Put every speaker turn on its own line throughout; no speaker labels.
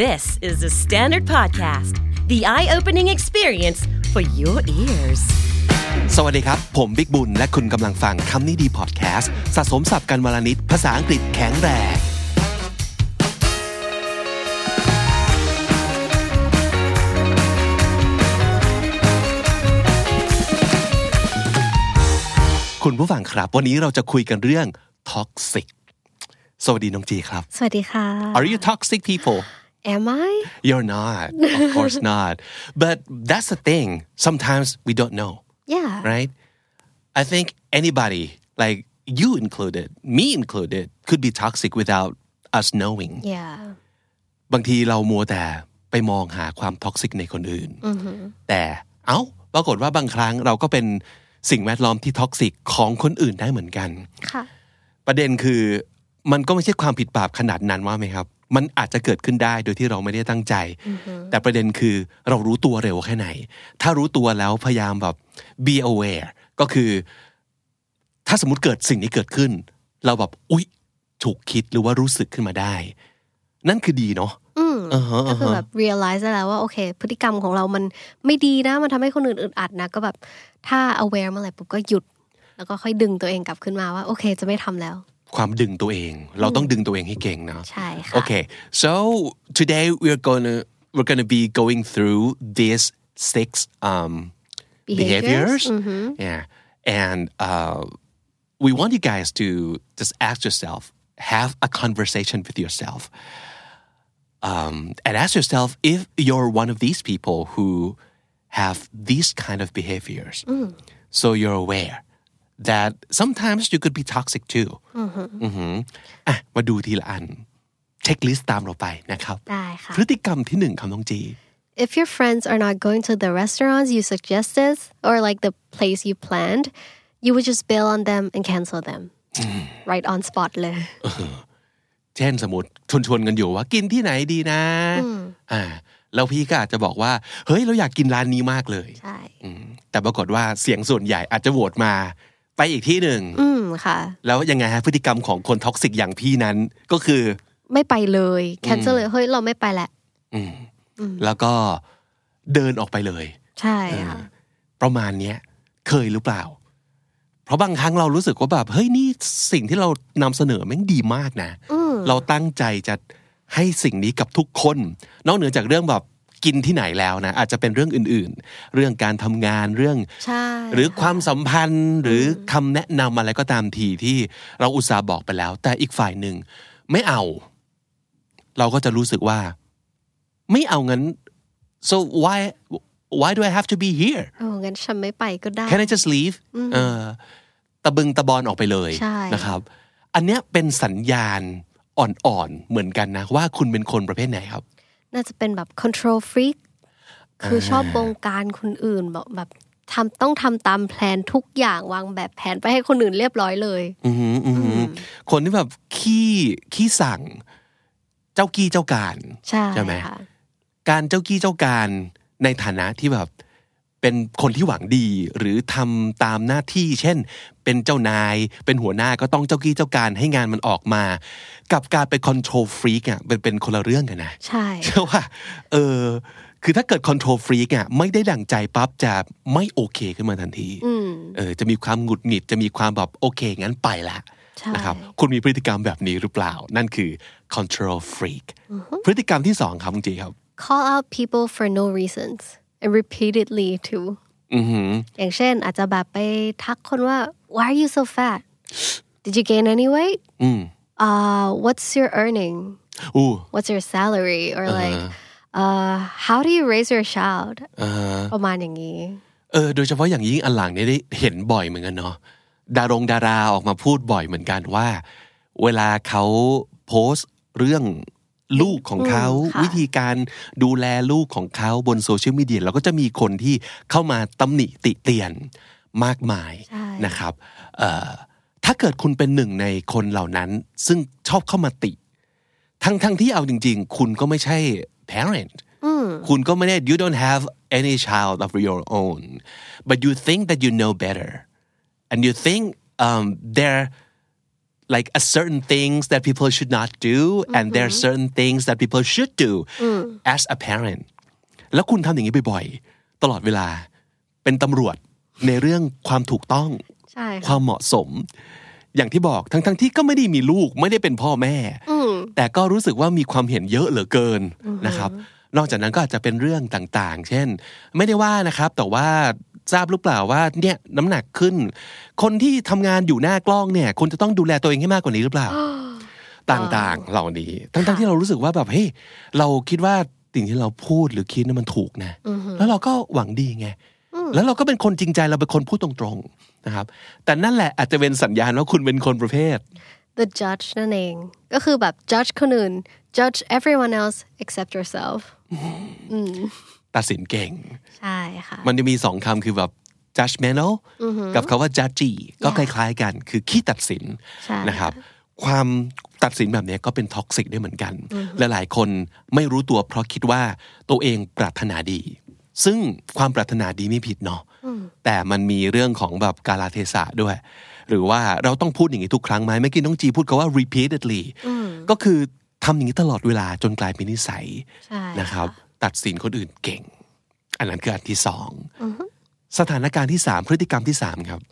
This is the Standard Podcast, the eye opening experience for your ears.
สวัสดีครับ ผมบิ๊กบุญ และคุณกำลังฟังคำนี้ดีพอดแคสต์สะสมสับกันวลนิดภาษาอังกฤษแข็งแรง คุณผู้ฟังครับ วันนี้เราจะคุยกันเรื่องท็อกซิกสวัสดีน้องจีครับ
สวัสดีค่ะ
Are you toxic people
Am I
You're not of course not but that's the thing sometimes we don't know
Yeah
right? I think anybody, like you included, me included, could be toxic without us knowing.
Yeah
บางทีเรามัวแต่ไปมองหาความท็อกซิกในคนอื่น แต่เอ้า ปรากฏว่าบางครั้งเราก็เป็นสิ่งแวดล้อมที่ท็อกซิกของคนอื่นได้เหมือนกัน
ค่ะ
ประเด็นคือมันก็ไม่ใช่ความผิดบาปขนาดนั้นว่าไหมครับ มันอาจจะเกิดขึ้นได้โดยที่เราไม่ได้ตั้งใจ แต่ประเด็นคือเรารู้ตัวเร็วแค่ไหน ถ้ารู้ตัวแล้วพยายามแบบ be aware ก็คือ ถ้าสมมติเกิดสิ่งนี้เกิดขึ้น เราแบบอุ๊ยถูกคิดหรือว่ารู้สึกขึ้นมาได้ นั่นคือดีเนาะ
อืม
อ่าฮะ
ก็
อ่า
คือ
ฮะ
แบบ realize ได้แล้วว่า โอเค พฤติกรรมของเรามันไม่ดีนะ มันทำให้คนอื่นอึดอัดนะ ก็แบบ ถ้า aware เมื่อไหร่ปุ๊บก็หยุด แล้วก็ค่อยดึงตัวเองกลับขึ้นมาว่า โอเค จะไม่ทำแล้ว
ความดึงตัวเอง เราต้องดึงตัวเองให้เก่งนะ
ใช่ค่ะ
Okay, so today we're gonna we're gonna be going through these six um, behaviors,
Behaviors,
yeah, and uh, we want you guys to just ask yourself, have a conversation with yourself, um, and ask yourself if you're one of these people who have these kind of behaviors. So you're aware that sometimes you could be toxic too. อือหืออ่ะมาดูทีละอัน เช็คลิสต์ตามเราไปนะครับ
ได้ค่ะ
พฤติกรรมที่หนึ่งคำน้องจี
If your friends are not going to the restaurants you suggested or like the place you planned you would just bail on them and cancel them right on spot เลย
เช่นสมมติชวนชวนๆกันอยู่ว่ากินที่ไหนดีนะอ่าแล้วพี่ก็อาจจะบอกว่า เฮ้ย เราอยากกินร้านนี้มากเลย
ใช่
อืมแต่ปรากฏว่าเสียงส่วนใหญ่อาจจะโหวตมา ไปอีกที่หนึ่ง
อืมค่ะ
แล้วยังไงฮะพฤติกรรมของคนท็อกซิกอย่างพี่นั้นก็คือ
ไม่ไปเลย cancel เลย เฮ้ย เราไม่ไปแหละ
อืมแล้วก็เดินออกไปเลย
ใช่ค่ะ
ประมาณเนี้ยเคยหรือเปล่า เพราะบางครั้งเรารู้สึกว่าแบบเฮ้ยนี่สิ่งที่เรานำเสนอแม่งดีมากนะเราตั้งใจจะให้สิ่งนี้กับทุกคน นอกเหนือจากเรื่องแบบกินที่ไหนแล้วนะ อาจจะเป็นเรื่องอื่นๆ เรื่องการทำงานเรื่อง
ใช่
หรือความสัมพันธ์หรือคำแนะนำอะไรก็ตามทีที่เราอุตส่าห์บอกไปแล้ว แต่อีกฝ่ายหนึ่งไม่เอา เราก็จะรู้สึกว่า ไม่เอางั้น so why why do I have to be here
โอ้งั้นฉันไม่ไปก็ได้
can I just leave เออตะบึงตะบอนออกไปเลย
ใช่
นะครับ อันเนี้ยเป็นสัญญาณอ่อนๆ เหมือนกันนะ ว่าคุณเป็นคนประเภทไหนครับ
น่าจะเป็นแบบ control freak คือชอบบงการคนอื่นแบบแบบทำต้องทำตามแผนทุกอย่างวางแบบแผนไปให้คนอื่นเรียบร้อยเลย
อือหืออือหือคนที่แบบขี้ขี้สั่ง เจ้ากี้เจ้าการ
ใช่
ใช่ไหม
ค่ะ
การเจ้ากี้เจ้าการในฐานะที่แบบ เป็นคนที่หวังดีหรือทำตามหน้าที่ เช่น เป็นเจ้านาย เป็นหัวหน้าก็ต้องเจ้ากี้เจ้าการให้งานมันออกมา กับการไปคอนโทรลฟรีกอ่ะเป็นเป็นคนละเรื่องกันนะ
ใช่
เชื่อว่าเออคือถ้าเกิดคอนโทรลฟรีกอ่ะไม่ได้ดั่งใจปั๊บจะไม่โอเคขึ้นมาทันที
อืม
เออจะมีความหงุดหงิดจะมีความแบบโอเค งั้นไปละ
ใช่
นะครับคุณมีพฤติกรรมแบบนี้หรือเปล่า นั่นคือ control freak พฤติกรรมที่สองครับคุณจีครับ
call out people for no reasons and repeatedly too
อือหือ
อย่างเช่นอาจจะแบบไปทักคนว่า why are you so fat did you gain any weight
อืม
uh what's your earning
อู้
what's your salary or like uh how do you raise your child ประมาณอย่างนี้
เออโดยเฉพาะอย่างยิ่งอันหลังเนี่ยได้เห็นบ่อยเหมือนกันเนาะดารงดาราออกมาพูดบ่อยเหมือนกันว่า เวลาเขาโพสต์เรื่องลูกของเขา
อืมค่ะ
วิธีการดูแลลูกของเขาบนโซเชียลมีเดียเราก็จะมีคนที่เข้ามาตำหนิติเตียนมากมายนะครับเอ่อถ้าเกิดคุณเป็นหนึ่งในคนเหล่านั้น ซึ่งชอบเข้ามาติ ทั้งทั้งที่เอาจริง ๆ คุณก็ไม่ใช่ parent คุณก็ไม่ได้ you don't have any child of your own but you think that you know better and you think um, they're like a certain things that people should not do and there are certain things that people should do as a parent แล้วคุณทำอย่างนี้บ่อยๆ ตลอดเวลา เป็นตำรวจในเรื่องความถูกต้อง
ใช่
ความเหมาะสม อย่างที่บอกทั้งๆทที่ก็ไม่ได้มีลูกไม่ได้เป็นพ่อแม่
อืม
แต่ก็รู้สึกว่ามีความเห็นเยอะเหลือเกินนะครับ นอกจากนั้นก็อาจจะเป็นเรื่องต่างๆ เช่น ไม่ได้ว่านะครับ แต่ว่าทราบหรือเปล่าว่าเนี่ยน้ำหนักขึ้น คนที่ทำงานอยู่หน้ากล้องเนี่ยคุณจะต้องดูแลตัวเองให้มากกว่านี้หรือเปล่า ต่างๆ เหล่านี้ ทั้งๆที่เรารู้สึกว่าแบบเฮ้ยเราคิดว่าสิ่งที่เราพูดหรือคิดนั้นมันถูกนะ
อือฮึ
แล้วเราก็หวังดีไง แล้วเราก็เป็นคนจริงใจเราเป็นคนพูดตรงๆนะครับ แต่นั่นแหละอาจจะเป็นสัญญาณว่าคุณเป็นคนประเภท
the judge นั่นเอง ก็คือแบบ judge คนอื่น judge everyone else except yourself อืม
ตัดสินเก่ง
ใช่ค่ะ
มันจะมีสองคำคือแบบ judgmental กับคาว่า judgy ก็คล้ายๆกัน คือขี้ตัดสิน
ใช่
นะครับ ความตัดสินแบบนี้ก็เป็นท็อกซิกได้เหมือนกัน และหลายคนไม่รู้ตัวเพราะคิดว่าตัวเองปรารถนาดี ซึ่งความปรารถนาดีไม่ผิดเนาะ แต่มันมีเรื่องของแบบกาลเทศะด้วย หรือว่าเราต้องพูดอย่างนี้ทุกครั้งไหมเมื่อกี้น้องจีพูดคำว่า repeatedly ก็คือทำอย่างนี้ตลอดเวลาจนกลายเป็นนิสัย
ใช่
นะครับ ตัดสินคนอื่นเก่ง อันนั้นคืออันที่สองสถานการณ์ที่สามพฤติกรรมที่สามครับ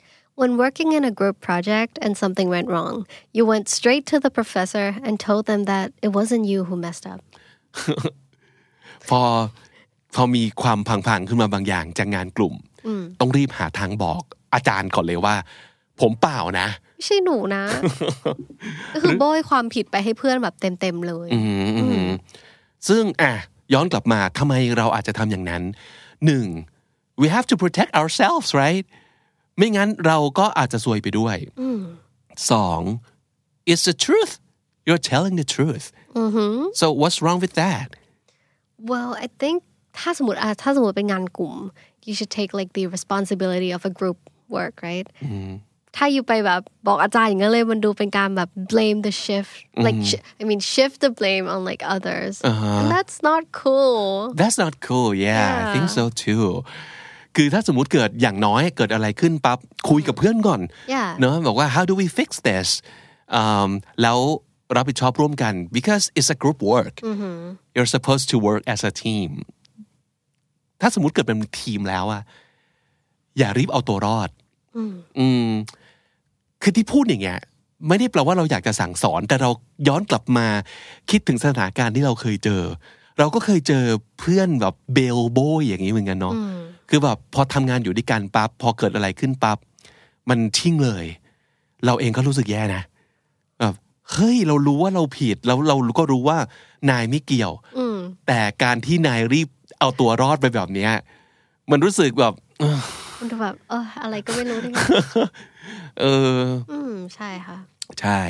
When working in a group project and something went wrong, you went straight to the professor and told them that it wasn't you who messed up.
พอพอมีความพังๆ ขึ้นมาบางอย่างจากงานกลุ่ม ต้องรีบหาทางบอกอาจารย์ก่อนเลยว่า ผมเปล่านะ
ไม่ใช่หนู นะ ก็คือโบยความผิดไปให้เพื่อนแบบเต็มๆเลย
อืมอืมซึ่งอ่ะย้อนกลับมาทำไมเราอาจจะทำอย่างนั้นหนึ่ง we have to protect ourselves right ไม่งั้นเราก็อาจจะซวยไปด้วยสอง it's the truth you're telling the truth so what's wrong with that
Well I think ถ้าสมมติอ่ะถ้าสมมติเป็นงานกลุ่ม you should take like the responsibility of a group work right
Mm-hmm.
ถ้าอยู่ไปแบบบอกอาจารย์อย่างนั้นเลยมันดูเป็นการแบบ blame the shift like
Mm-hmm.
sh- I mean shift the blame on like others
Uh-huh.
and that's not cool
that's not cool yeah I think so too คือถ้าสมมุติเกิดอย่างน้อยเกิดอะไรขึ้นปั๊บคุยกับเพื่อนก่อน
yeah
เนอะบอกว่า how do we fix this อืมแล้วรับผิดชอบร่วมกัน because it's a group work you're supposed to work as a team ถ้าสมมติเกิดเป็นทีมแล้วอะอย่ารีบเอาตัวรอด อืม คือที่พูดอย่างเงี้ย ไม่ได้แปลว่าเราอยากจะสั่งสอน แต่เราย้อนกลับมา คิดถึงสถานการณ์ที่เราเคยเจอ เราก็เคยเจอเพื่อนแบบเบลโบยอย่างนี้เหมือนกันเนาะคือแบบพอทำงานอยู่ด้วยกันปั๊บพอเกิดอะไรขึ้นปั๊บมันชิ่งเลย เราเองก็รู้สึกแย่นะแบบเฮ้ยเรารู้ว่าเราผิดแล้วเราก็รู้ว่านายไม่เกี่ยวแต่การที่นายรีบเอาตัวรอดไปแบบเนี้ย มันรู้สึกแบบ
มันดูแบบเอออะไรก็ไม่รู้ที่
เออ
อืม ใช่ค่ะ
ใช่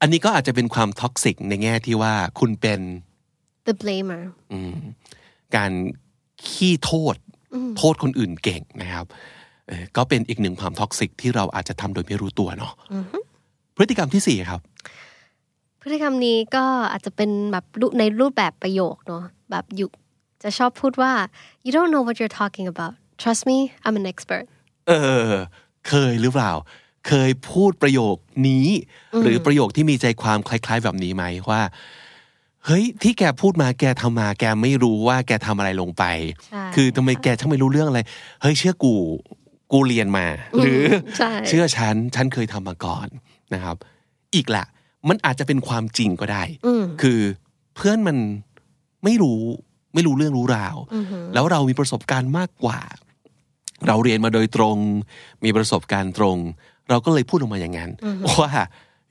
อันนี้ก็อาจจะเป็นความท็อกซิกในแง่ที่ว่าคุณเป็น
the blamer
อืมการขี้โทษ โทษคนอื่นเก่งนะครับเอ่อก็เป็นอีกหนึ่งความท็อกซิกที่เราอาจจะทำโดยไม่รู้ตัวเนาะพฤติกรรมที่สี่ครับ
พฤติกรรมนี้ก็อาจจะเป็นแบบรูในรูปแบบประโยคเนาะแบบอยู่จะชอบพูดว่า you don't know what you're talking about trust me I'm an expert
เออ เคยหรือเปล่า เคยพูดประโยคนี้ หรือประโยคที่มีใจความคล้าย ๆ แบบนี้ไหมว่า เฮ้ย ที่แกพูดมาแกทำมา แกไม่รู้ว่าแกทำอะไรลงไป
ใช่
คือทำไมแกช่างไม่รู้เรื่องอะไร เฮ้ย เชื่อกู กูเรียนมา หรือ
ใช่
เชื่อฉัน ฉันเคยทำมาก่อนนะครับ อีกละ มันอาจจะเป็นความจริงก็ได้ คือเพื่อนมันไม่รู้ ไม่รู้เรื่องรู้ราว แล้วเรามีประสบการณ์มากกว่า เราเรียนมาโดยตรง มีประสบการณ์ตรง เราก็เลยพูดออกมาอย่างนั้นว่า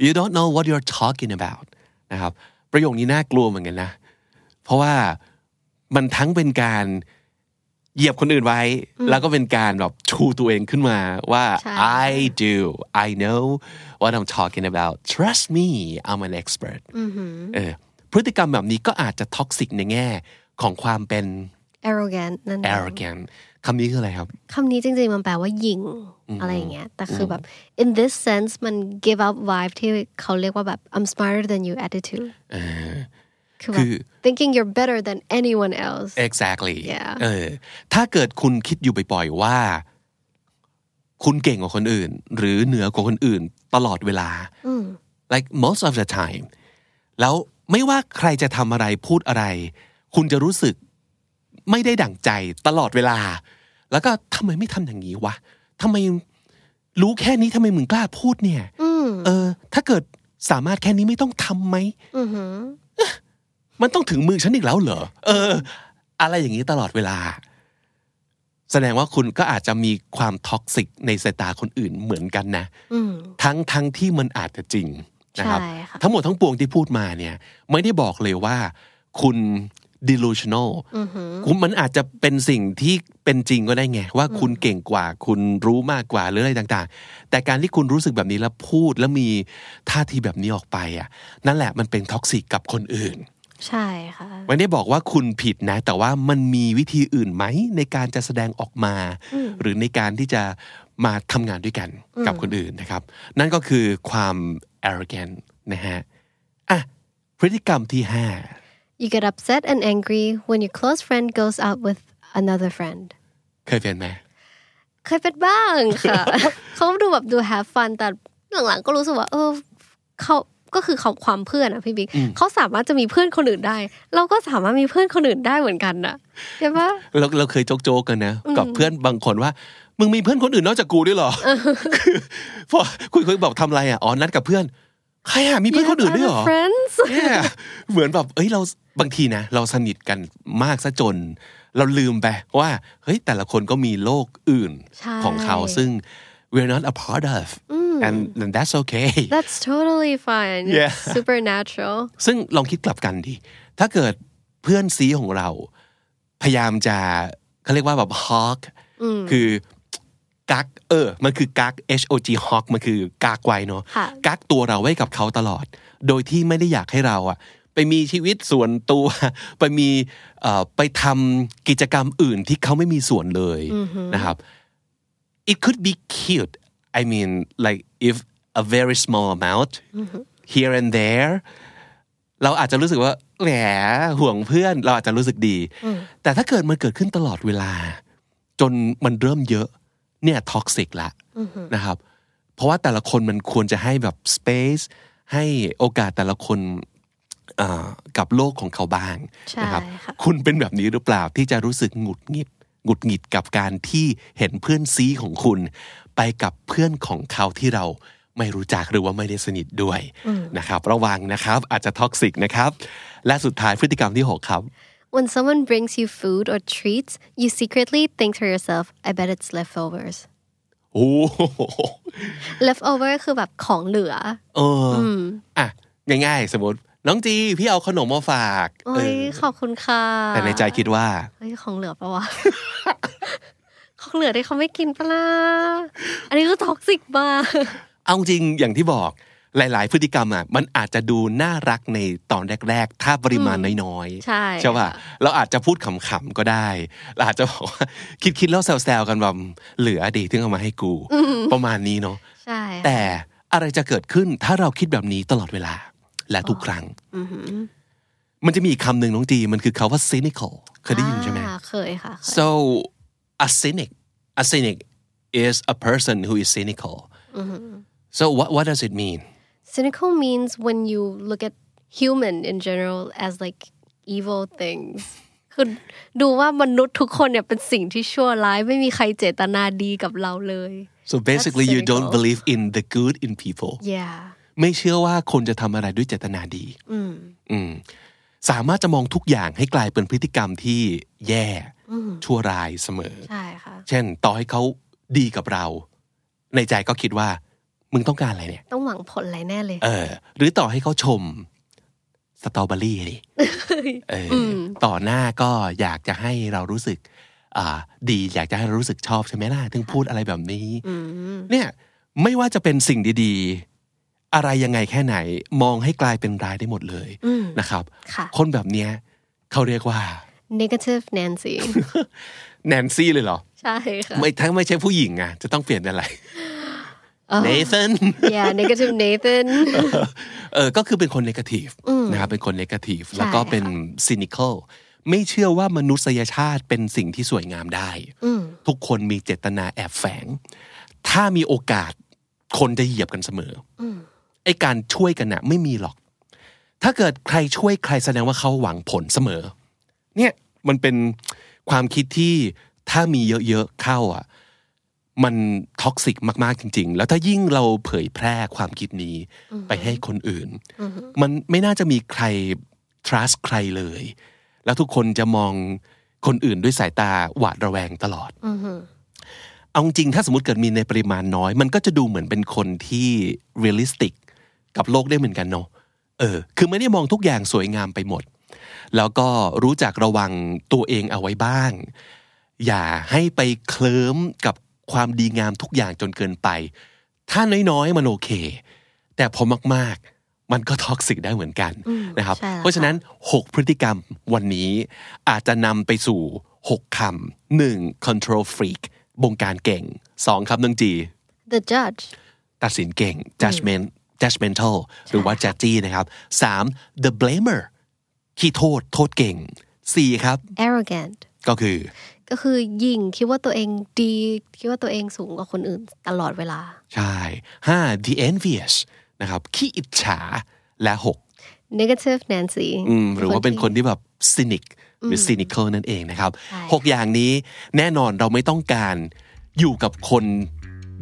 you don't know what you're talking about นะครับ ประโยคนี้น่ากลัวเหมือนกันนะ เพราะว่ามันทั้งเป็นการเหยียบคนอื่นไว้ แล้วก็เป็นการแบบชูตัวเองขึ้นมาว่า
ใช่
I do I know what I'm talking about trust me I'm an expert เออพฤติกรรมแบบนี้ก็อาจจะท็อกซิกในแง่ของความเป็น
arrogant นั่นเอง
arrogant คำนี้คืออะไรครับ
คำนี้จริงๆ มันแปลว่าหยิงอะไรอย่างเงี้ยแต่คือแบบ in this sense มัน give up vibe ที่เขาเรียกว่าแบบ I'm smarter than you attitude คือแบ
คื
บ
อ
thinking you're better than anyone else
exactly
Yeah.
เออถ้าเกิดคุณคิดอยู่บ่อยๆว่า คุณเก่งกว่าคนอื่น หรือเหนือกว่าคนอื่น ตลอดเวลา like most of the time แล้วไม่ว่าใครจะทำอะไรพูดอะไร คุณจะรู้สึกไม่ได้ดั่งใจตลอดเวลา แล้วก็ทำไมไม่ทำอย่างนี้วะทำไมรู้แค่นี้ทำไมมึงกล้าพูดเนี่ย
อืม
เออ ถ้าเกิดสามารถแค่นี้ไม่ต้องทำไหม
อือหือ
มันต้องถึงมือฉันอีกแล้วเหรอ เออ อะไรอย่างนี้ตลอดเวลา แสดงว่าคุณก็อาจจะมีความท็อกซิกในสายตาคนอื่นเหมือนกันนะ
อืม
ทั้งทั้งที่มันอาจจะจริงนะครับ
ใช่ค่ะ
ทั้งหมดทั้งปวงที่พูดมาเนี่ย ไม่ได้บอกเลยว่าคุณ delusional
อือหือ
คุณมันอาจจะเป็นสิ่งที่เป็นจริงก็ได้ไง ว่าคุณเก่งกว่า คุณรู้มากกว่าหรืออะไรต่างๆ แต่การที่คุณรู้สึกแบบนี้แล้วพูดแล้วมีท่าทีแบบนี้ออกไปอ่ะนั่นแหละมันเป็นท็อกซิกกับคนอื่น
ใช่ค่ะ
ไม่ได้บอกว่าคุณผิดนะ แต่ว่ามันมีวิธีอื่นไหม ในการจะแสดงออกมา หรือในการที่จะมาทำงานด้วยกันกับคนอื่นนะครับ นั่นก็คือความ arrogant นะฮะอ่ะพฤติกรรมที่
you get upset and angry when your close friend goes out with another friend
5 เคยเป็นไหม
เคยเป็นบ้างค่ะ เขาดูแบบดู have fun แต่หลังๆก็รู้สึกว่า เออเขาก็คือของความเพื่อนอะพี่บิ๊กเขาสามารถจะมีเพื่อนคนอื่นได้ เราก็สามารถมีเพื่อนคนอื่นได้เหมือนกันนะใช่ปะ
เราเราเคยโจ๊กๆกันนะ กับเพื่อนบางคนว่า มึงมีเพื่อนคนอื่นนอกจากกู ด้วยเหรอคือพอคุยคุยบอกทำอะไรอ่ะอ๋อนัดกับเพื่อนใครอ่ะมี เพื่อนคนอื่นด้วยเหรอ
Other friends
เนี่ยเหมือนแบบเอ้ยเราบางทีนะ เราสนิทกันมากซะจน เราลืมไปว่า เฮ้ย แต่ละคนก็มีโลกอื่น
ใช่
ของเขาซึ่ง we're not a part of and and that's okay
that's totally fine It's
Yeah.
supernatural
ซึ่งลองคิดกลับกันดิ ถ้าเกิดเพื่อนซีของเรา พยายามจะเขาเรียกว่าแบบฮอกคือกักเออ มันคือกัก H O G ฮอกมันคือกักไว้เนาะ
ค่ะ
กักตัวเราไว้กับเขาตลอด โดยที่ไม่ได้อยากให้เราอะไปมีชีวิตส่วนตัว ไปมีเอ่อไปทำกิจกรรมอื่นที่เขาไม่มีส่วนเลยนะครับ it could be cute I mean like if a very small amount here and there เราอาจจะรู้สึกว่าแหมห่วงเพื่อนเราอาจจะรู้สึกดี แต่ถ้าเกิดมันเกิดขึ้นตลอดเวลา จนมันเริ่มเยอะเนี่ยท็อกซิกละนะครับ เพราะว่าแต่ละคนมันควรจะให้แบบ space ให้โอกาสแต่ละคนเอ่อกับโลกของเขาบ้าง
ใช่
นะครับ
ค่ะ
คุณเป็นแบบนี้หรือเปล่าที่จะรู้สึกหงุดหงิดหงุดหงิดกับการที่เห็นเพื่อนซีของคุณ ไปกับเพื่อนของเขาที่เราไม่รู้จักหรือว่าไม่ได้สนิทด้วยนะครับ ระวังนะครับอาจจะท็อกซิกนะครับ และสุดท้ายพฤติกรรมที่ 6 ครับ
when someone brings you food or treats you secretly think to yourself I bet it's leftovers
โอ้โห
leftover คือแบบของเหลือ
เออออ่ะ ง่ายๆ สมมติ น้องจีพี่เอาขนมมาฝาก
โอ้
เอย อ
ขอบคุณค่ะ
แต่ในใจคิดว่า
เฮ้ยของเหลือปะว ะ ของเหลือที่เขาไม่กินปะล่ะอันนี้คือท็อกซิกมาก
เอาจริงอย่างที่บอกหลาย ๆ พฤติกรรมอ่ะมันอาจจะดูน่ารักในตอนแรก ๆ ถ้าปริมาณน้อยๆ
ใช่
ป่ะ
ค่ะ
เราอาจจะพูดขำๆก็ได้เราอาจจะบอกว่า คิด ๆ แล้วแซว ๆ กันแบบเหลือดีถึงเอามาให้กู ประมาณนี้เนาะ
ใช่ค่ะ
แต่อะไรจะเกิดขึ้นถ้าเราคิดแบบนี้ตลอดเวลาและทุกครั้ง มันจะมีอีกคำหนึ่งน้องจีมันคือคาว่า cynical เคยได้ยินใช่ไหม
อ่าเคยค่ะเคย
So a cynic, a cynic is a person who is cynical. So what what does it mean?
cynical means when you look at human in general as like evil things คือดูว่ามนุษย์ทุกคนเนี่ยเป็นสิ่งที่ชั่วร้ายไม่มีใครเจตนาดีกับเราเลย
So basically, you don't
cynical.
believe in the good in people.
yeah
ไม่เชื่อว่าคนจะทำอะไรด้วยเจตนาดีอืมสามารถจะมองทุกอย่างให้กลายเป็นพฤติกรรมที่แย่ชั่วร้ายเสมอ
ใช่ค่ะ
เช่น ต่อให้เขาดีกับเรา ในใจก็คิดว่า มึงต้องการอะไรเนี่ย
ต้องหวังผลอะไรแน่เลย
เออหรือต่อให้เขาชมสตรอเบอรี่ดิเอออต่อหน้าก็อยากจะให้เรารู้สึก อ่า ดีอยากจะให้เรารู้สึกชอบใช่ไหมล่ะถึงพูดอะไรแบบนี้ เนี่ยไม่ว่าจะเป็นสิ่งดีๆ อะไรยังไงแค่ไหน มองให้กลายเป็นร้ายได้หมดเลยนะครับ
ค่ะ
คนแบบเนี้ยเขาเรียกว่า
negative Nancy
แนนซี่เลยเหรอ
ใช่ค่ะ
ไม่ทั้งไม่ใช่ผู้หญิงอะจะต้องเปลี่ยนเป็นอะไรเนธน
yeah negative Nathan
เออก็คือเป็นคนเนกาทีฟนะครับ เป็นคนเนกาทีฟแล้วก็เป็นซินิคอลไม่เชื่อว่ามนุษยชาติเป็นสิ่งที่สวยงามได้ ทุกคนมีเจตนาแอบแฝง ถ้ามีโอกาสคนจะเหยียบกันเสมออ ไอ้การช่วยกันน่ะไม่มีหรอก ถ้าเกิดใครช่วยใครแสดงว่าเขาหวังผลเสมอ เนี่ยมันเป็นความคิดที่ถ้ามีเยอะๆเข้าอ่ะ มันท็อกซิกมากๆจริง ๆ แล้วถ้ายิ่งเราเผยแพร่ความคิดนี้ไปให้คนอื่น มันไม่น่าจะมีใคร trust ใครเลย แล้วทุกคนจะมองคนอื่นด้วยสายตาหวาดระแวงตลอด เอาจริงๆถ้าสมมติเกิดมีในปริมาณน้อย มันก็จะดูเหมือนเป็นคนที่ realistic กับโลกได้เหมือนกันเนอะเออ คือไม่ได้มองทุกอย่างสวยงามไปหมด แล้วก็รู้จักระวังตัวเองเอาไว้บ้าง อย่าให้ไปเคลิ้มกับความดีงามทุกอย่างจนเกินไป ถ้าน้อยๆ มันโอเค แต่พอมากๆ มันก็ท็อกซิกได้เหมือนกัน
อืม
นะครับ
ใช่แล้ว
เพราะฉะนั้น 6 พฤติกรรมวันนี้อาจจะนำไปสู่ 6คำหนึ่ง control freak บงการเก่งสองคำหนึ่งจี
the judge
ตัดสินเก่ง judgment judgmental หรือว่า judgy นะครับสาม the blamer ขี้โทษ โทษเก่งสี่ครับ
arrogant
ก็คือ
ก็คือยิงคิดว่าตัวเองดี คิดว่าตัวเองสูงกว่าคนอื่นตลอดเวลา
ใช่ห้า the envious นะครับ ขี้อิจฉา และหก
negative Nancy
อืมหรือว่าเป็นคน
ที่
ที่แบบ cynic หรือ cynical นั่นเองนะครับ
ใช่
หกอย่างนี้แน่นอนเราไม่ต้องการอยู่กับคน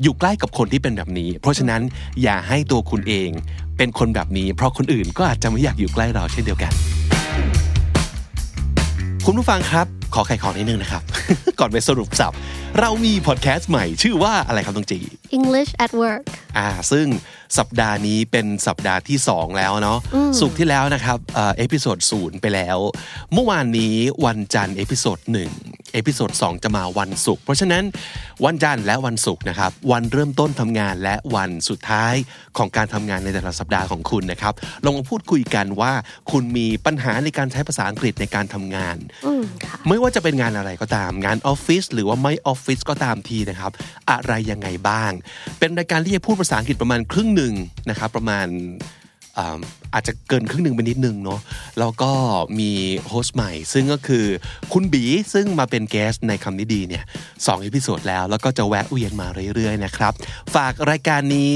อยู่ใกล้กับคนที่เป็นแบบนี้ เพราะฉะนั้นอย่าให้ตัวคุณเองเป็นคนแบบนี้ เพราะคนอื่นก็อาจจะไม่อยากอยู่ใกล้เราเช่นเดียวกัน คุณผู้ฟังครับ ขอไขของนิดนึงนะครับ ก่อนไปสรุปสับเรามีพอดแคสต์ใหม่ชื่อว่าอะไรครับตองจี
English at work
อ่าซึ่งสัปดาห์นี้เป็นสัปดาห์ที่ 2 แล้วเนาะสุกร์ที่แล้วนะครับเอ่อเอพิโซดศูนย์ไปแล้ว เมื่อวานนี้วันจันทร์เอพิโซดหนึ่งเอพิโซดสองจะมาวันศุกร์เพราะฉะนั้นวันจันทร์และวันศุกร์นะครับ วันเริ่มต้นทำงานและวันสุดท้ายของการทำงานในแต่ละสัปดาห์ของคุณนะครับลองมาพูดคุยกันว่าคุณมีปัญหาในการใช้ภาษาอังกฤษในการทำงาน
อืมค่ะ
ไม่ว่าจะเป็นงานอะไรก็ตามงานออฟฟิศหรือว่าไม่ออฟฟิศก็ตามทีนะครับ อะไรยังไงบ้าง เป็นรายการที่จะพูดภาษาอังกฤษประมาณครึ่งหนึ่งนะครับ ประมาณอ่าอาจจะเกินครึ่งหนึ่งไปนิดนึงเนาะแล้วก็มีโฮสต์ใหม่ ซึ่งก็คือคุณบีซึ่งมาเป็นแกสในคำนี้ดีเนี่ยสองเอพิโซดแล้ว แล้วก็จะแวะเวียนมาเรื่อยๆนะครับ ฝากรายการนี้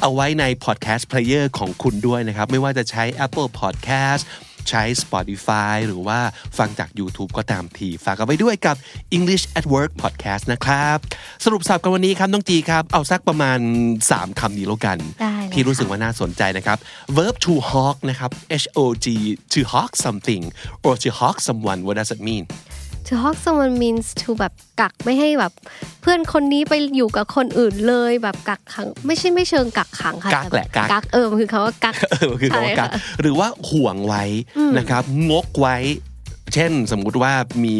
เอาไว้ในพอดแคสต์เพลเยอร์ของคุณด้วยนะครับ ไม่ว่าจะใช้ Apple Podcast ใช้ Spotify หรือว่าฟังจาก YouTube ก็ตามที ฝากกันไปด้วยกับ English at Work Podcast นะครับ สรุปสับกันวันนี้ครับน้องจีครับ เอาสักประมาณ 3คำนี้แล้วกัน
ได้เลย
ที่รู้สึก
ค่ะ
ว่าน่าสนใจนะครับ verb to hawk นะครับ h o g to hawk something or to hawk someone what does it mean
to hawk someone means to แบบกักไม่ให้แบบ เพื่อนคนนี้ไปอยู่กับคนอื่นเลยแบบกักขัง ไม่ใช่ไม่เชิงกักขังค่ะ
กักแหละกัก
กักเออมันคือคำว่ากัก
เออคือคำว่ากัก
ใช่ค่ะ
หรือว่าห่วงไว้นะครับ งกไว้ เช่นสมมุติว่ามี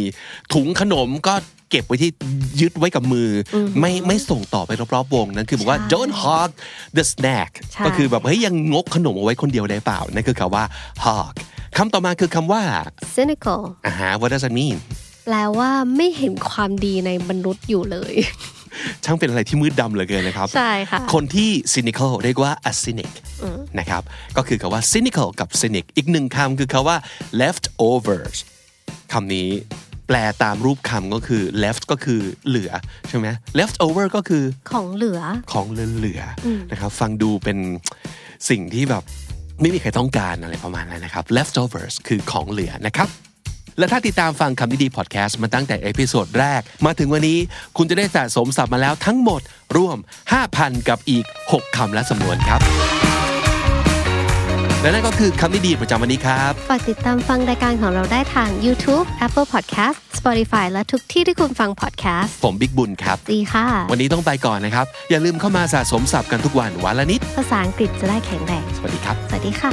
ถุงขนมก็เก็บไว้ที่ยึดไว้กับมืออไม่ไม่ส่งต่อไปรอบๆวงนั่นคือบอกว่า
ใช่
don't hog the snack
ใช่
ก็คือแบบเฮ้ยยังงกขนมเอาไว้คนเดียวได้เปล่า นั่นคือคำว่า hog คำต่อมาคือคำว่า
cynical
อาหา what does it mean
แปลว่าไม่เห็นความดีในมนุษย์อยู่เลย
ช่างเป็นอะไรที่มืดดำเหลือเกินนะครับ
ใช่ค่ะ
คนที่ cynical เรียกว่า a cynic นะครับ ก็คือคาว่า cynical กับ cynic อีกหนึ่งคำคือคาว่า leftovers คำนี้แปลตามรูปคำก็คือ left ก็คือเหลือ ใช่ไหม leftover ก็คือ
ของเหลือ
ของเหลือๆนะครับ ฟังดูเป็นสิ่งที่แบบไม่มีใครต้องการอะไรประมาณนั้นนะครับ leftovers คือของเหลือนะครับ และถ้าติดตามฟังคำดีดีพอดแคสต์มาตั้งแต่เอพิโซดแรก มาถึงวันนี้คุณจะได้สะสมศัพท์มาแล้วทั้งหมดรวม 5,000 กับอีก 6 คำและสำนวนครับ และนั่นก็คือคำดีดีประจำวันนี้ครับ
ฝากติดตามฟังรายการของเราได้ทาง YouTube Apple Podcast Spotify และทุกที่ที่คุณฟัง podcast
ผมบิ๊กบุญครับ
ดีค่ะ
วันนี้ต้องไปก่อนนะครับ อย่าลืมเข้ามาสะสมศัพท์กันทุกวันวันละนิด
ภาษาอังกฤษจะได้แข็งแรง
สวัสดีครับ
สวัสดีค่ะ